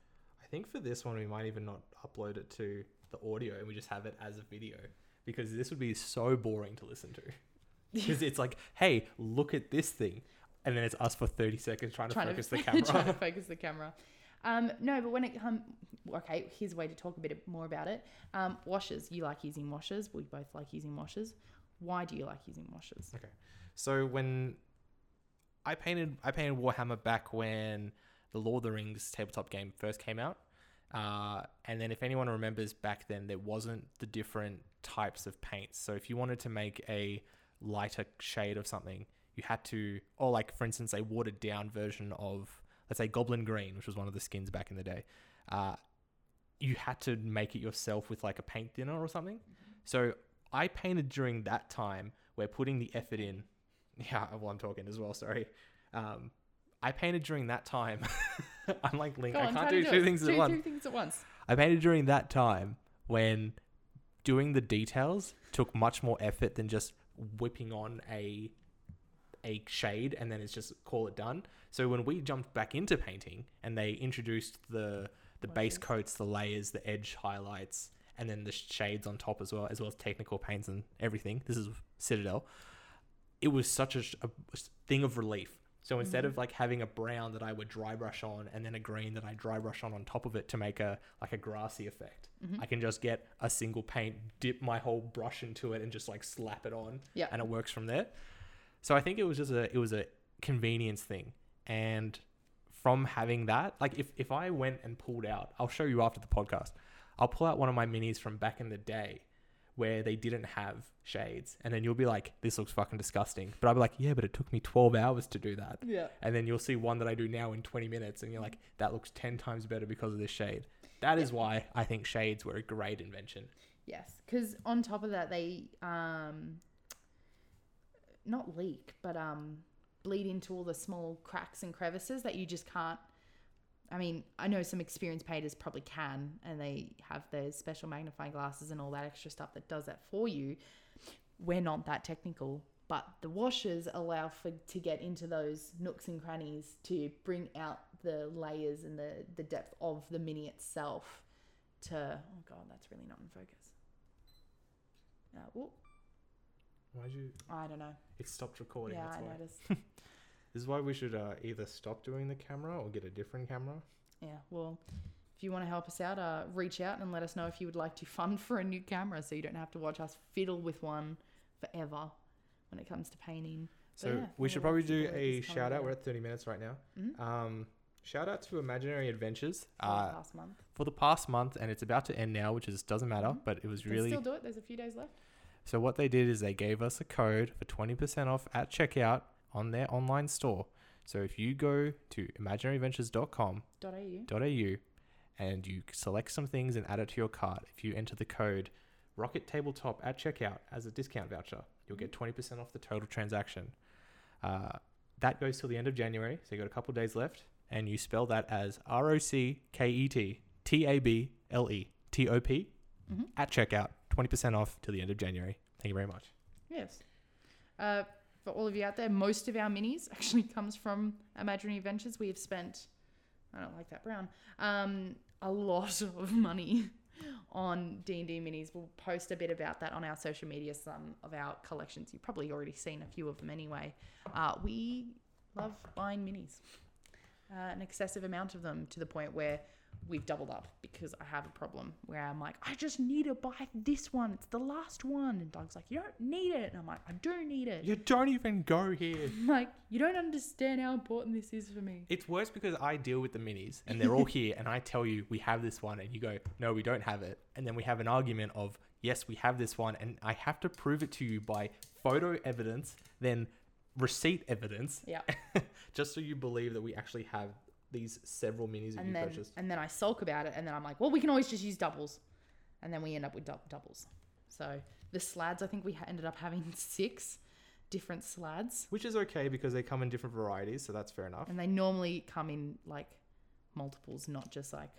A: I think for this one, we might even not upload it to the audio and we just have it as a video because this would be so boring to listen to. Because it's like, hey, look at this thing. And then it's us for 30 seconds trying to focus the camera.
B: trying to focus the camera. Um, no, but when it comes, okay, here's a way to talk a bit more about it. Um, washers. You like using washers. We both like using washers. Why do you like using washers?
A: Okay. So when I painted I painted Warhammer back when the Lord of the Rings tabletop game first came out. Uh, and then if anyone remembers back then there wasn't the different types of paints. So if you wanted to make a lighter shade of something, you had to or like for instance a watered down version of let's say Goblin Green, which was one of the skins back in the day. Uh, you had to make it yourself with like a paint thinner or something.
B: Mm-hmm.
A: So I painted during that time where putting the effort in. Yeah, well, I'm talking as well. Sorry. Um, I painted during that time. I'm like Link.
B: Go
A: I
B: on,
A: can't
B: try to
A: do two
B: it.
A: things
B: Do
A: at once.
B: Two things at once.
A: I painted during that time when doing the details took much more effort than just whipping on a a shade and then it's just call it done. So when we jumped back into painting and they introduced the the base
B: Washes.
A: coats, the layers, the edge highlights, and then the shades on top as well, as well as technical paints and everything. This is Citadel. It was such a, sh- a thing of relief. So instead of like having a brown that I would dry brush on and then a green that I dry brush on on top of it to make a like a grassy effect, I can just get a single paint, dip my whole brush into it, and just like slap it on,
B: Yeah.
A: and it works from there. So I think it was just a it was a convenience thing, and from having that, like if if I went and pulled out, I'll show you after the podcast. I'll pull out one of my minis from back in the day where they didn't have shades, and then you'll be like, "This looks fucking disgusting," but I'll be like, "Yeah, but it took me twelve hours to do that."
B: Yeah.
A: And then you'll see one that I do now in 20 minutes, and you're like, that looks 10 times better because of this shade. That is why I think shades were a great invention.
B: Yes, because on top of that, they um, not leak, but um, bleed into all the small cracks and crevices that you just can't. I mean, I know some experienced painters probably can, and they have their special magnifying glasses and all that extra stuff that does that for you. We're not that technical, but the washers allow for to get into those nooks and crannies to bring out the layers and the the depth of the mini itself to oh god that's really not in focus uh, oh,
A: Why'd you?
B: I don't know.
A: It stopped recording.
B: yeah,
A: that's
B: I
A: why.
B: noticed.
A: This is why we should uh, either stop doing the camera or get a different camera.
B: Yeah, well, if you want to help us out, uh, reach out and let us know if you would like to fund for a new camera so you don't have to watch us fiddle with one forever when it comes to painting.
A: So
B: yeah,
A: we
B: we'll
A: should probably
B: have
A: do
B: to do it
A: a
B: this time
A: shout out.
B: later.
A: We're at 30 minutes right now.
B: Mhm.
A: Um, shout out to Imaginary Adventures
B: for the
A: uh,
B: past month.
A: for the past month, and it's about to end now, which is doesn't matter,
B: Mhm.
A: Mm-hmm. but it was
B: You
A: really.
B: can still do it. There's a few days left.
A: So what they did is they gave us a code for 20% off at checkout on their online store. So if you go to imaginaryadventures.com.au
B: Dot au.
A: and you select some things and add it to your cart, if you enter the code Rocket Tabletop at checkout as a discount voucher, you'll get 20% off the total transaction. Uh, that goes till the end of January, so you got a couple days left, and you spell that as R O C K E T T A B L E T O P
B: Mhm.
A: at checkout, 20% off till the end of January. Thank you very much.
B: Yes. Uh, for all of you out there, most of our minis actually comes from Imaginary Adventures. We have spent, I don't like that brown, um, a lot of money on D&D minis. We'll post a bit about that on our social media, some of our collections. You've probably already seen a few of them anyway. Uh, we love buying minis, uh, an excessive amount of them to the point where we've doubled up because I have a problem where I'm like, I just need to buy this one. It's the last one. And Doug's like, you don't need it. And I'm like, I do need it.
A: You don't even go here.
B: I'm like, you don't understand how important this is for me.
A: It's worse because I deal with the minis and they're all here, and I tell you, we have this one, and you go, no, we don't have it. And then we have an argument of, yes, we have this one, and I have to prove it to you by photo evidence, then receipt evidence,
B: Yeah.
A: just so you believe that we actually have these several minis that you
B: And then
A: purchased.
B: and then I sulk about it and then I'm like, well, we can always just use doubles. And then we end up with dou- doubles. So the slads, I think we ha- ended up having six different slads
A: Which is okay because they come in different varieties, so that's fair enough.
B: and they normally come in like multiples, not just like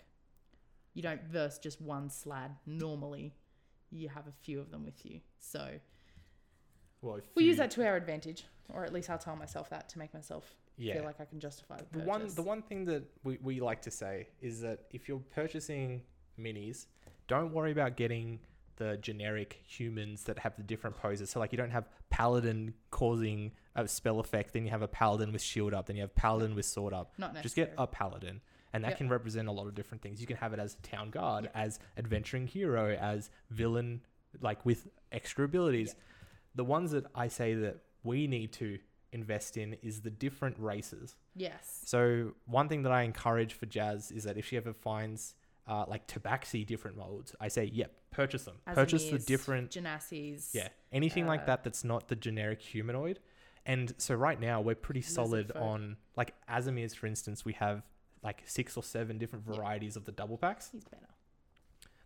B: you don't verse just one slad normally. You have a few of them with you. So
A: Well, if
B: we
A: you-
B: use that to our advantage, or at least I'll tell myself that to make myself
A: Yeah.
B: feel like I can justify the
A: the
B: purchase.
A: one the one thing that we, we like to say is that if you're purchasing minis, don't worry about getting the generic humans that have the different poses. So like you don't have paladin causing a spell effect, then you have a paladin with shield up, then you have paladin with sword up.
B: not
A: Just get
B: necessary.
A: a paladin. And that
B: Yep.
A: can represent a lot of different things. You can have it as town guard, as adventuring hero, as villain, like with extra abilities. The ones that I say that we need to invest in is the different races.
B: yes.
A: So one thing that I encourage for Jazz is that if she ever finds uh, like Tabaxi different molds, I say, yep, purchase them. purchase the
B: Azimir's,
A: different,
B: Genassis.
A: yeah, anything
B: uh,
A: like that that's not the generic humanoid. And so right now we're pretty solid
B: folk.
A: on like Azimir's, for instance, we have like six or seven different
B: Yeah.
A: varieties of the double packs.
B: He's better.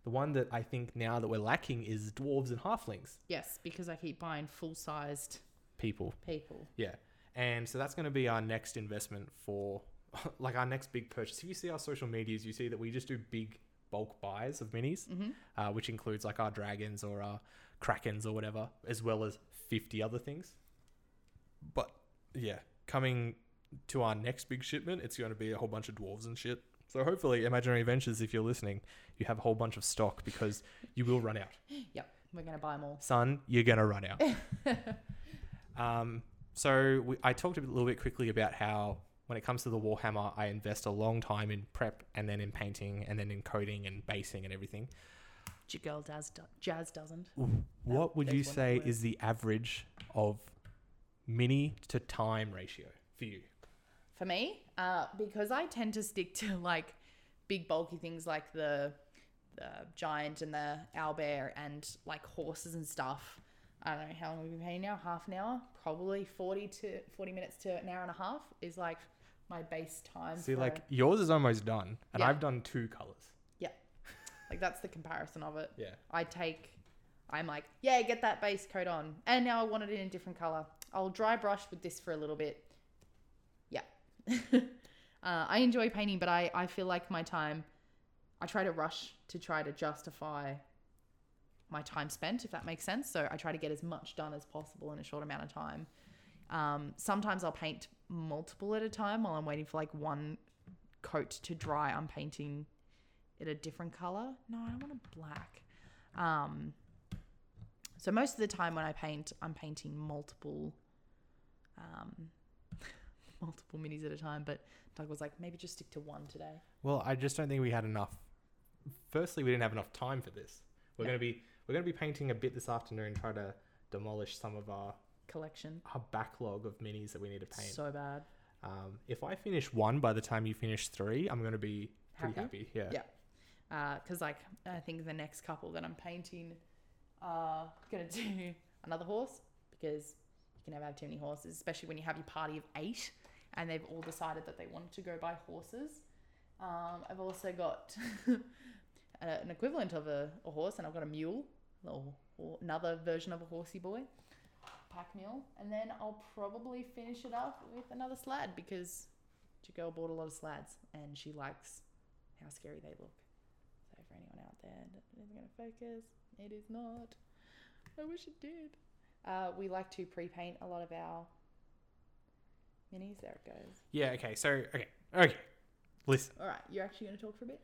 A: The one that I think now that we're lacking is dwarves and halflings
B: Yes, because I keep buying full sized
A: people.
B: people.
A: Yeah. And so that's going to be our next investment for like our next big purchase. If you see our social medias, you see that we just do big bulk buys of minis,
B: Mhm.
A: uh, which includes like our dragons or our krakens or whatever, as well as 50 other things. But yeah, coming to our next big shipment, it's going to be a whole bunch of dwarves and shit. So hopefully, Imaginary Adventures, if you're listening, you have a whole bunch of stock because you will run out
B: Yep, we're gonna buy them all.
A: son, you're gonna run out. um, so we, I talked a little bit quickly about how when it comes to the Warhammer, I invest a long time in prep and then in painting and then in coding and basing and everything.
B: Your girl Jazz, do- Jazz doesn't.
A: What would
B: there's
A: you
B: one
A: say
B: word.
A: is the average of mini to time ratio for you?
B: for me uh, because I tend to stick to like big bulky things like the, the giant and the owlbear and like horses and stuff. I don't know how long we've been painting now, half an hour, probably 40 to 40 minutes to an hour and a half is like my base time.
A: See,
B: for-
A: like yours is almost done, and
B: Yeah.
A: I've done two colors.
B: like that's the comparison of it.
A: Yeah.
B: I take, I'm like, yeah, get that base coat on. And now I want it in a different color. I'll dry brush with this for a little bit. Yeah. uh, I enjoy painting, but I, I feel like my time, I try to rush to try to justify my time spent, if that makes sense. So I try to get as much done as possible in a short amount of time. Um, sometimes I'll paint multiple at a time while I'm waiting for like one coat to dry. I'm painting it a different color. No, I don't want a black. Um, So most of the time when I paint, I'm painting multiple, um, multiple minis at a time. But Doug was like, maybe just stick to one today.
A: Well, I just don't think we had enough. Firstly, we didn't have enough time for this. We're
B: Yeah.
A: gonna be we're gonna be painting a bit this afternoon, try to demolish some of our
B: Collection,
A: our backlog of minis that we need to paint.
B: so bad.
A: um, if I finish one by the time you finish three, I'm gonna be pretty
B: Happy?
A: happy. Yeah.
B: Yeah. because Uh, like I think the next couple that I'm painting are gonna do another horse because you can never have too many horses, especially when you have your party of eight and they've all decided that they want to go buy horses. Um, I've also got a- an equivalent of a, a horse, and I've got a mule, or, or another version of a horsey boy, pack mule, and then I'll probably finish it up with another sled because your girl bought a lot of sleds and she likes how scary they look. So for anyone out there that isn't going to focus, it is not. I wish it did. Uh, we like to pre-paint a lot of our minis. There it goes.
A: Yeah. Okay. So okay. Okay. Listen.
B: All right, you're actually going to talk for a bit.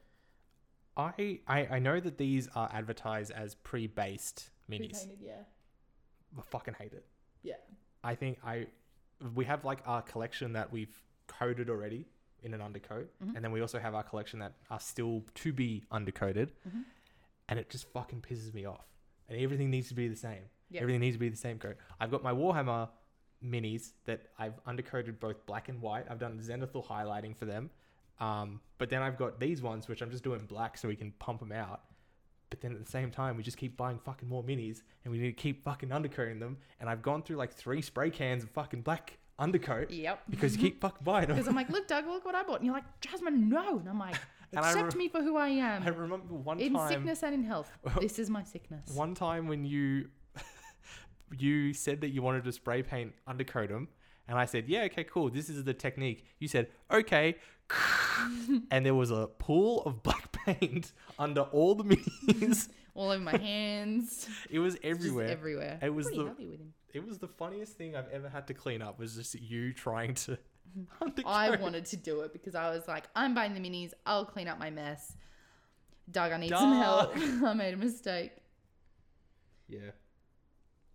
A: I, I I know that these are advertised as pre-based minis.
B: Pre-painted, yeah.
A: I fucking hate it.
B: Yeah.
A: I think I we have like our collection that we've coded already in an undercoat,
B: Mhm.
A: and then we also have our collection that are still to be undercoated,
B: Mhm.
A: and it just fucking pisses me off. And everything needs to be the same.
B: Yeah.
A: Everything needs to be the same coat. I've got my Warhammer minis that I've undercoated both black and white. I've done zenithal highlighting for them. Um, but then I've got these ones which I'm just doing black so we can pump them out. But then at the same time, we just keep buying fucking more minis and we need to keep fucking undercoating them. And I've gone through like three spray cans of fucking black undercoat
B: Yep.
A: because you keep fucking buying them.
B: Because I'm like, look, Doug, look what I bought. And you're like, Jasmine, no. And I'm like,
A: And I
B: accept
A: re-
B: me for who I am.
A: I remember one
B: in
A: time,
B: sickness and in health. This is my sickness.
A: one time when you you said that you wanted to spray paint undercoat them, and I said, yeah, okay, cool. This is the technique. You said, okay. and there was a pool of black paint under all the minis.
B: All over my hands.
A: It was
B: Just
A: everywhere.
B: everywhere.
A: It was
B: Pretty
A: the-
B: happy with him.
A: it was the funniest thing I've ever had to clean up. Was just you trying to. undercoat.
B: Mm-hmm. I wanted to do it because I was like, I'm buying the minis. I'll clean up my mess. Doug, I need some help. I made a mistake.
A: Yeah.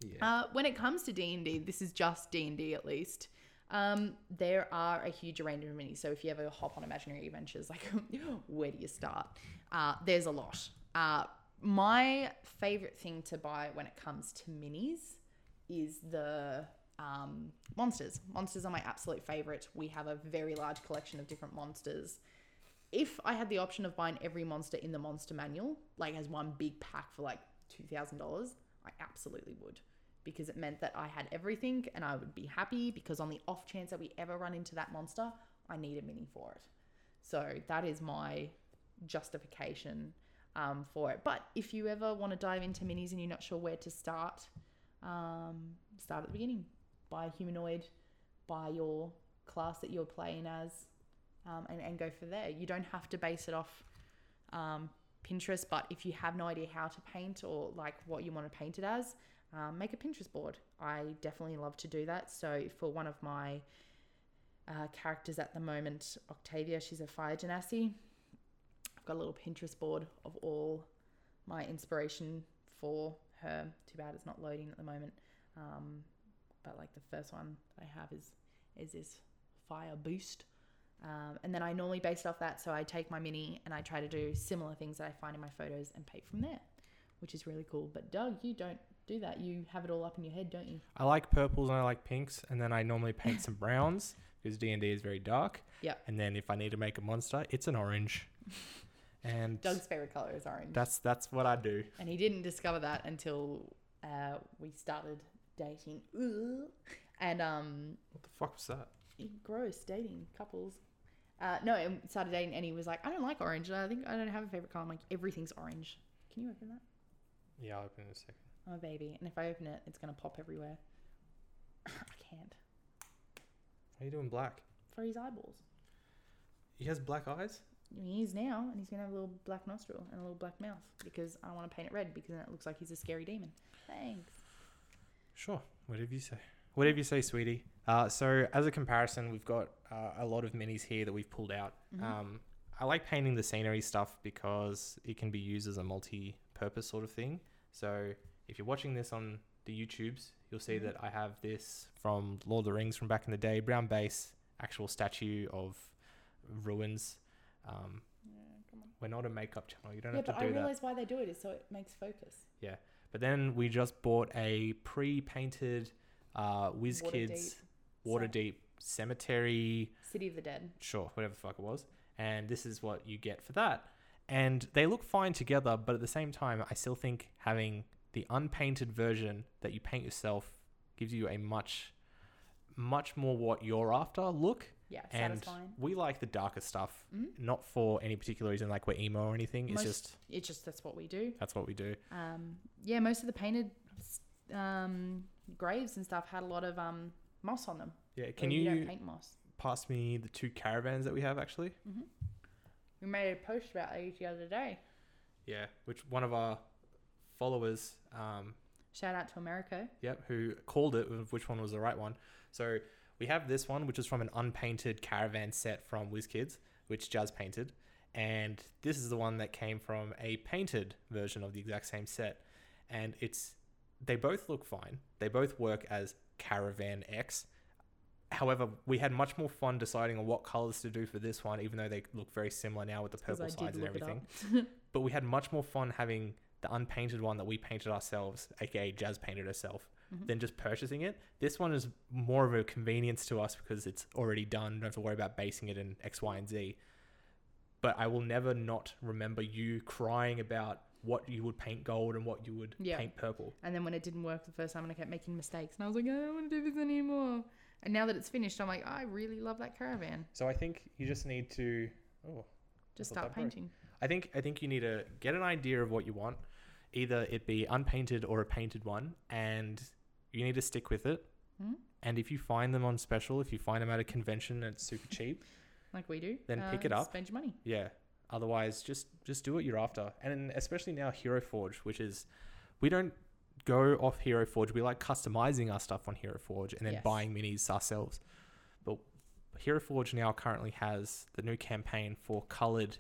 A: Yeah.
B: Uh, when it comes to D and D, this is just D and D at least. Um, there are a huge range of minis. So if you ever hop on imaginary adventures, like where do you start? Uh, there's a lot. Uh, my favorite thing to buy when it comes to minis is the um, monsters. Monsters are my absolute favorite. We have a very large collection of different monsters. If I had the option of buying every monster in the monster manual, like as one big pack for like $2,000, I absolutely would because it meant that I had everything and I would be happy because on the off chance that we ever run into that monster, I need a mini for it. So that is my justification um, for it. But if you ever want to dive into minis and you're not sure where to start, um, start at the beginning. Buy a humanoid, buy your class that you're playing as, um, and, and go for there. You don't have to base it off um, Pinterest, but if you have no idea how to paint or like what you want to paint it as, um, make a Pinterest board. I definitely love to do that. So for one of my uh, characters at the moment, Octavia, she's a fire genasi. I've got a little Pinterest board of all my inspiration for her. Too bad it's not loading at the moment. Um, but like the first one that I have is is this fire boost. Um, and then I normally base it off that, so I take my mini and I try to do similar things that I find in my photos and paint from there, which is really cool. But Doug, you don't do that. You have it all up in your head, don't you?
A: I like purples and I like pinks, and then I normally paint some browns because D and D is very dark.
B: Yep.
A: And then if I need to make a monster, it's an orange. And
B: Doug's favorite color is orange.
A: that's that's what I do.
B: And he didn't discover that until uh, we started dating. Ugh. And um,
A: What the fuck was that?
B: gross dating couples. Uh, no, and we started dating, and he was like, "I don't like orange. I think I don't have a favorite color." I'm like, "Everything's orange." Can you open that?
A: Yeah, I'll open it in a second.
B: Oh, baby. And if I open it, it's gonna pop everywhere. I can't.
A: Why are you doing black?
B: For his eyeballs.
A: He has black eyes.
B: He is now, and he's gonna have a little black nostril and a little black mouth because I want to paint it red because then it looks like he's a scary demon. Thanks.
A: Sure, whatever you say. Whatever you say, sweetie. Uh, so as a comparison, we've got uh, a lot of minis here that we've pulled out.
B: Mhm.
A: Um, I like painting the scenery stuff because it can be used as a multi-purpose sort of thing. So if you're watching this on the YouTubes, you'll see
B: Mm-hmm.
A: that I have this from Lord of the Rings from back in the day, brown base, actual statue of ruins. Um, we're not a makeup channel. You don't
B: Yeah,
A: have
B: but
A: to
B: I
A: do that.
B: realize why they do it is so it makes focus.
A: But then we just bought a pre-painted uh, WizKids Waterdeep,
B: Waterdeep.
A: Cemetery,
B: City of the Dead.
A: sure, whatever the fuck it was, and this is what you get for that. And they look fine together, but at the same time, I still think having the unpainted version that you paint yourself gives you a much, much more what you're after look.
B: Yeah,
A: And
B: satisfying.
A: we like the darker stuff,
B: Mhm.
A: not for any particular reason, like we're emo or anything.
B: Most-
A: it's just
B: It's just that's what we do.
A: that's what we do.
B: Um, yeah, most of the painted um, graves and stuff had a lot of um, moss on them.
A: Yeah,
B: where
A: can
B: you
A: you
B: don't paint moss?
A: pass me the two caravans that we have actually?
B: We made a post about these the other day.
A: Yeah, which one of our followers, um,
B: Shout out to Americo.
A: yep, who called it, of which one was the right one. So we have this one, which is from an unpainted caravan set from WizKids, which Jazz painted. And this is the one that came from a painted version of the exact same set. And it's, they both look fine. They both work as Caravan X. However, we had much more fun deciding on what colors to do for this one, even though they look very similar now with the
B: 'cause
A: purple sides and everything
B: It up.
A: but we had much more fun having the unpainted one that we painted ourselves, aka Jazz painted herself, than just purchasing it. This one is more of a convenience to us because it's already done. Don't have to worry about basing it in X, Y, and Z. But I will never not remember you crying about what you would paint gold and what you would
B: Yeah.
A: paint purple.
B: and then when it didn't work the first time, and I kept making mistakes, and I was like, I don't want to do this anymore. And now that it's finished, I'm like, I really love that caravan.
A: So I think you just need to. Oh,
B: Just
A: I thought
B: start
A: that broke.
B: painting.
A: I think I think you need to get an idea of what you want, either it be unpainted or a painted one, and you need to stick with it.
B: Mhm.
A: And if you find them on special, if you find them at a convention and it's super cheap,
B: like we do.
A: Then pick it
B: and
A: up.
B: Spend your money.
A: yeah. Otherwise, just just do what you're after. And especially now, Hero Forge, which is we don't go off Hero Forge. We like customizing our stuff on Hero Forge and then
B: Yes.
A: buying minis ourselves. But Hero Forge now currently has the new campaign for colored,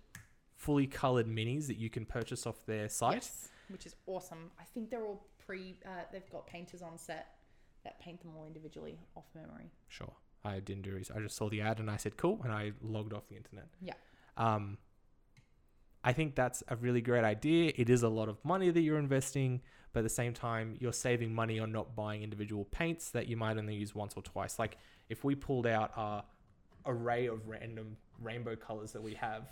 A: fully colored minis that you can purchase off their site.
B: Yes, which is awesome. I think they're all pre. Uh, they've got painters on set that paint them all individually off memory.
A: Sure. I didn't do research. I just saw the ad and I said, cool. And I logged off the internet.
B: Yeah.
A: Um, I think that's a really great idea. It is a lot of money that you're investing, but at the same time, you're saving money on not buying individual paints that you might only use once or twice. Like if we pulled out our array of random rainbow colors that we have,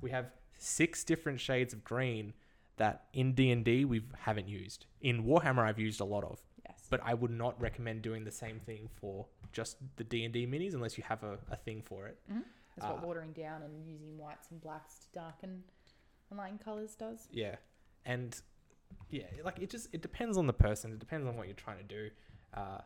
A: we have six different shades of green that in D&D we haven't used. In Warhammer I've used a lot of
B: Yes.
A: but I would not recommend doing the same thing for just the D and D minis unless you have a, a thing for it.
B: That's what
A: uh,
B: watering down and using whites and blacks to darken and lighten colors does.
A: Yeah, and yeah, like it just it depends on the person. It depends on what you're trying to do. Uh,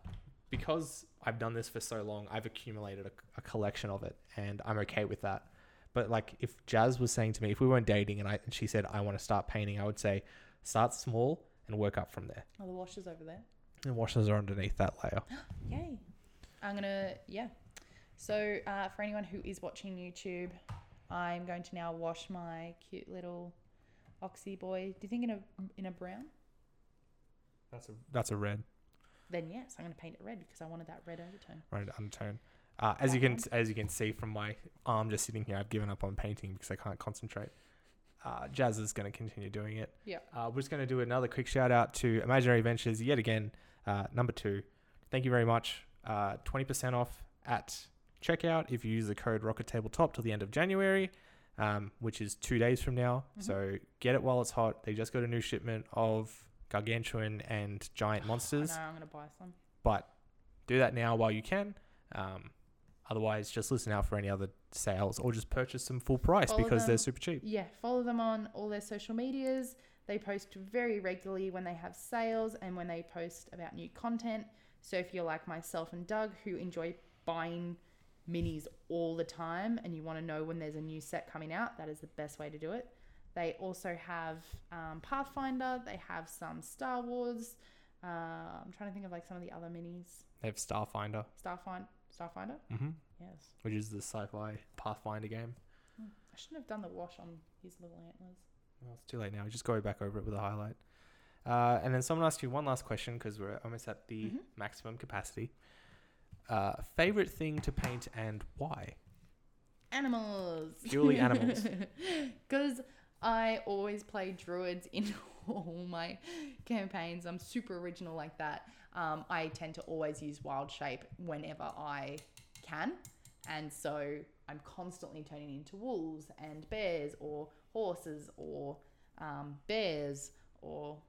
A: because I've done this for so long, I've accumulated a, a collection of it, and I'm okay with that. But like if Jazz was saying to me, if we weren't dating, and I and she said I want to start painting, I would say start small and work up from there.
B: Oh, the washer's over there.
A: And washes are underneath that layer.
B: Yay. I'm going to, yeah. So, uh, for anyone who is watching YouTube, I'm going to now wash my cute little Oxy boy. Do you think in a in a brown?
A: That's a that's a red.
B: Then yes, I'm going to paint it red because I wanted that red overtone.
A: right undertone. Uh, as you
B: That
A: can as you can see from my arm just sitting here, I've given up on painting because I can't concentrate. Uh, Jazz is going to continue doing it.
B: Yeah.
A: Uh, we're just going to do another quick shout out to Imaginary Ventures yet again, uh, number two. Thank you very much. Uh, Twenty percent off at checkout if you use the code Rocket Tabletop till the end of January, um, which is two days from now.
B: Mhm.
A: So get it while it's hot. They just got a new shipment of gargantuan and giant monsters
B: I know, I'm going to buy some.
A: but do that now while you can. Um, otherwise, just listen out for any other sales or just purchase them full price
B: Follow
A: because they're
B: them.
A: super cheap.
B: Yeah, follow them on all their social medias. They post very regularly when they have sales and when they post about new content. So if you're like myself and Doug who enjoy buying minis all the time and you want to know when there's a new set coming out, that is the best way to do it. They also have um, Pathfinder. They have some Star Wars. Uh, I'm trying to think of like some of the other minis.
A: They have Starfinder,
B: Starfind, Starfinder.
A: mm-hmm.
B: Yes.
A: which is the sci fi Pathfinder game.
B: I shouldn't have done the wash on his little antlers.
A: Well, it's too late now. Just go back over it with a highlight. Uh, and then someone asked you one last question because we're almost at the
B: Mhm.
A: maximum capacity. Uh, favorite thing to paint and why?
B: Animals.
A: Purely animals.
B: Because I always play druids in all my campaigns. I'm super original like that. Um, I tend to always use wild shape whenever I can. And so I'm constantly turning into wolves and bears or horses or um, bears or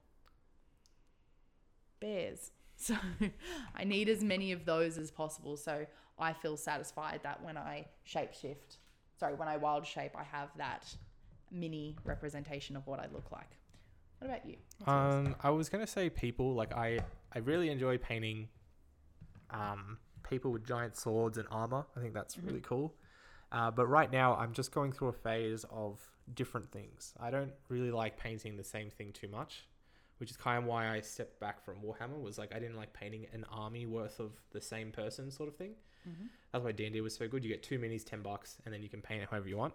B: bears. So I need as many of those as possible. So I feel satisfied that when I shapeshift, sorry, when I wild shape, I have that mini representation of what I look like. What about you? What's yours?
A: Um, I was gonna say people. Like I, I really enjoy painting, um, people with giant swords and armor. I think that's really cool. Uh, but right now, I'm just going through a phase of different things. I don't really like painting the same thing too much, which is kind of why I stepped back from Warhammer. Was like I didn't like painting an army worth of the same person, sort of thing. That's why D and D was so good. You get two minis, ten bucks, and then you can paint it however you want.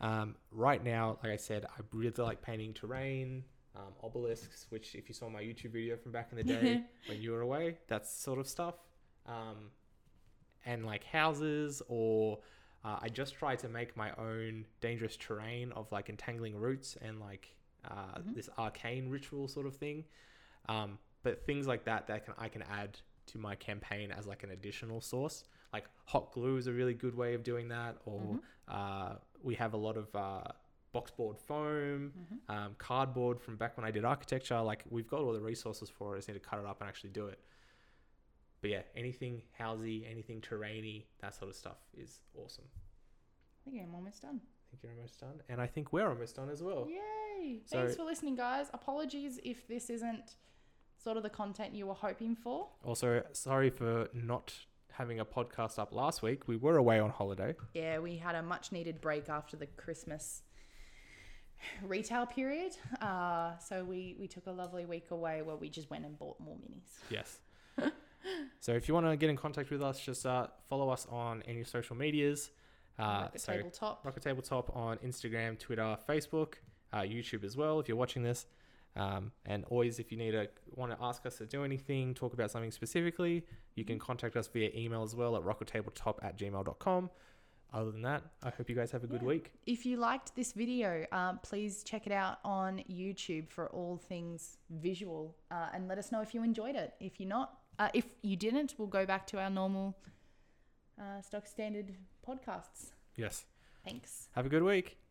A: Um, right now, like I said, I really like painting terrain, um, obelisks, which if you saw my YouTube video from back in the day when you were away, that sort of stuff. Um, and like houses, or uh, I just try to make my own dangerous terrain of like entangling roots and like uh, this arcane ritual sort of thing. Um, but things like that that can I can add to my campaign as like an additional source. Like hot glue is a really good way of doing that, or uh, we have a lot of uh, boxboard foam, um, cardboard from back when I did architecture. Like we've got all the resources for it. I just need to cut it up and actually do it. But yeah, anything housey, anything terrainy, that sort of stuff is awesome.
B: I think I'm almost done.
A: I think you're almost done, and I think we're almost done as well.
B: Yay!
A: So-
B: Thanks for listening, guys. Apologies if this isn't sort of the content you were hoping for.
A: Also, sorry for not having a podcast up last week. We were away on holiday.
B: Yeah, we had a much needed break after the Christmas retail period. Uh, so we, we took a lovely week away where we just went and bought more minis.
A: Yes. so if you want to get in contact with us, just uh, follow us on any social medias. Uh,
B: At the
A: so
B: tabletop.
A: Rocket Tabletop on Instagram, Twitter, Facebook, uh, YouTube as well. If you're watching this, um, and always if you need to want to ask us to do anything, talk about something specifically, you can contact us via email as well at rockettabletop at gmail.com. Other than that, I hope you guys have a good
B: Yeah.
A: week.
B: If you liked this video, uh, please check it out on YouTube for all things visual uh, and let us know if you enjoyed it. If you're not, uh, if you didn't, we'll go back to our normal uh, stock standard podcasts.
A: Yes.
B: Thanks.
A: Have a good week.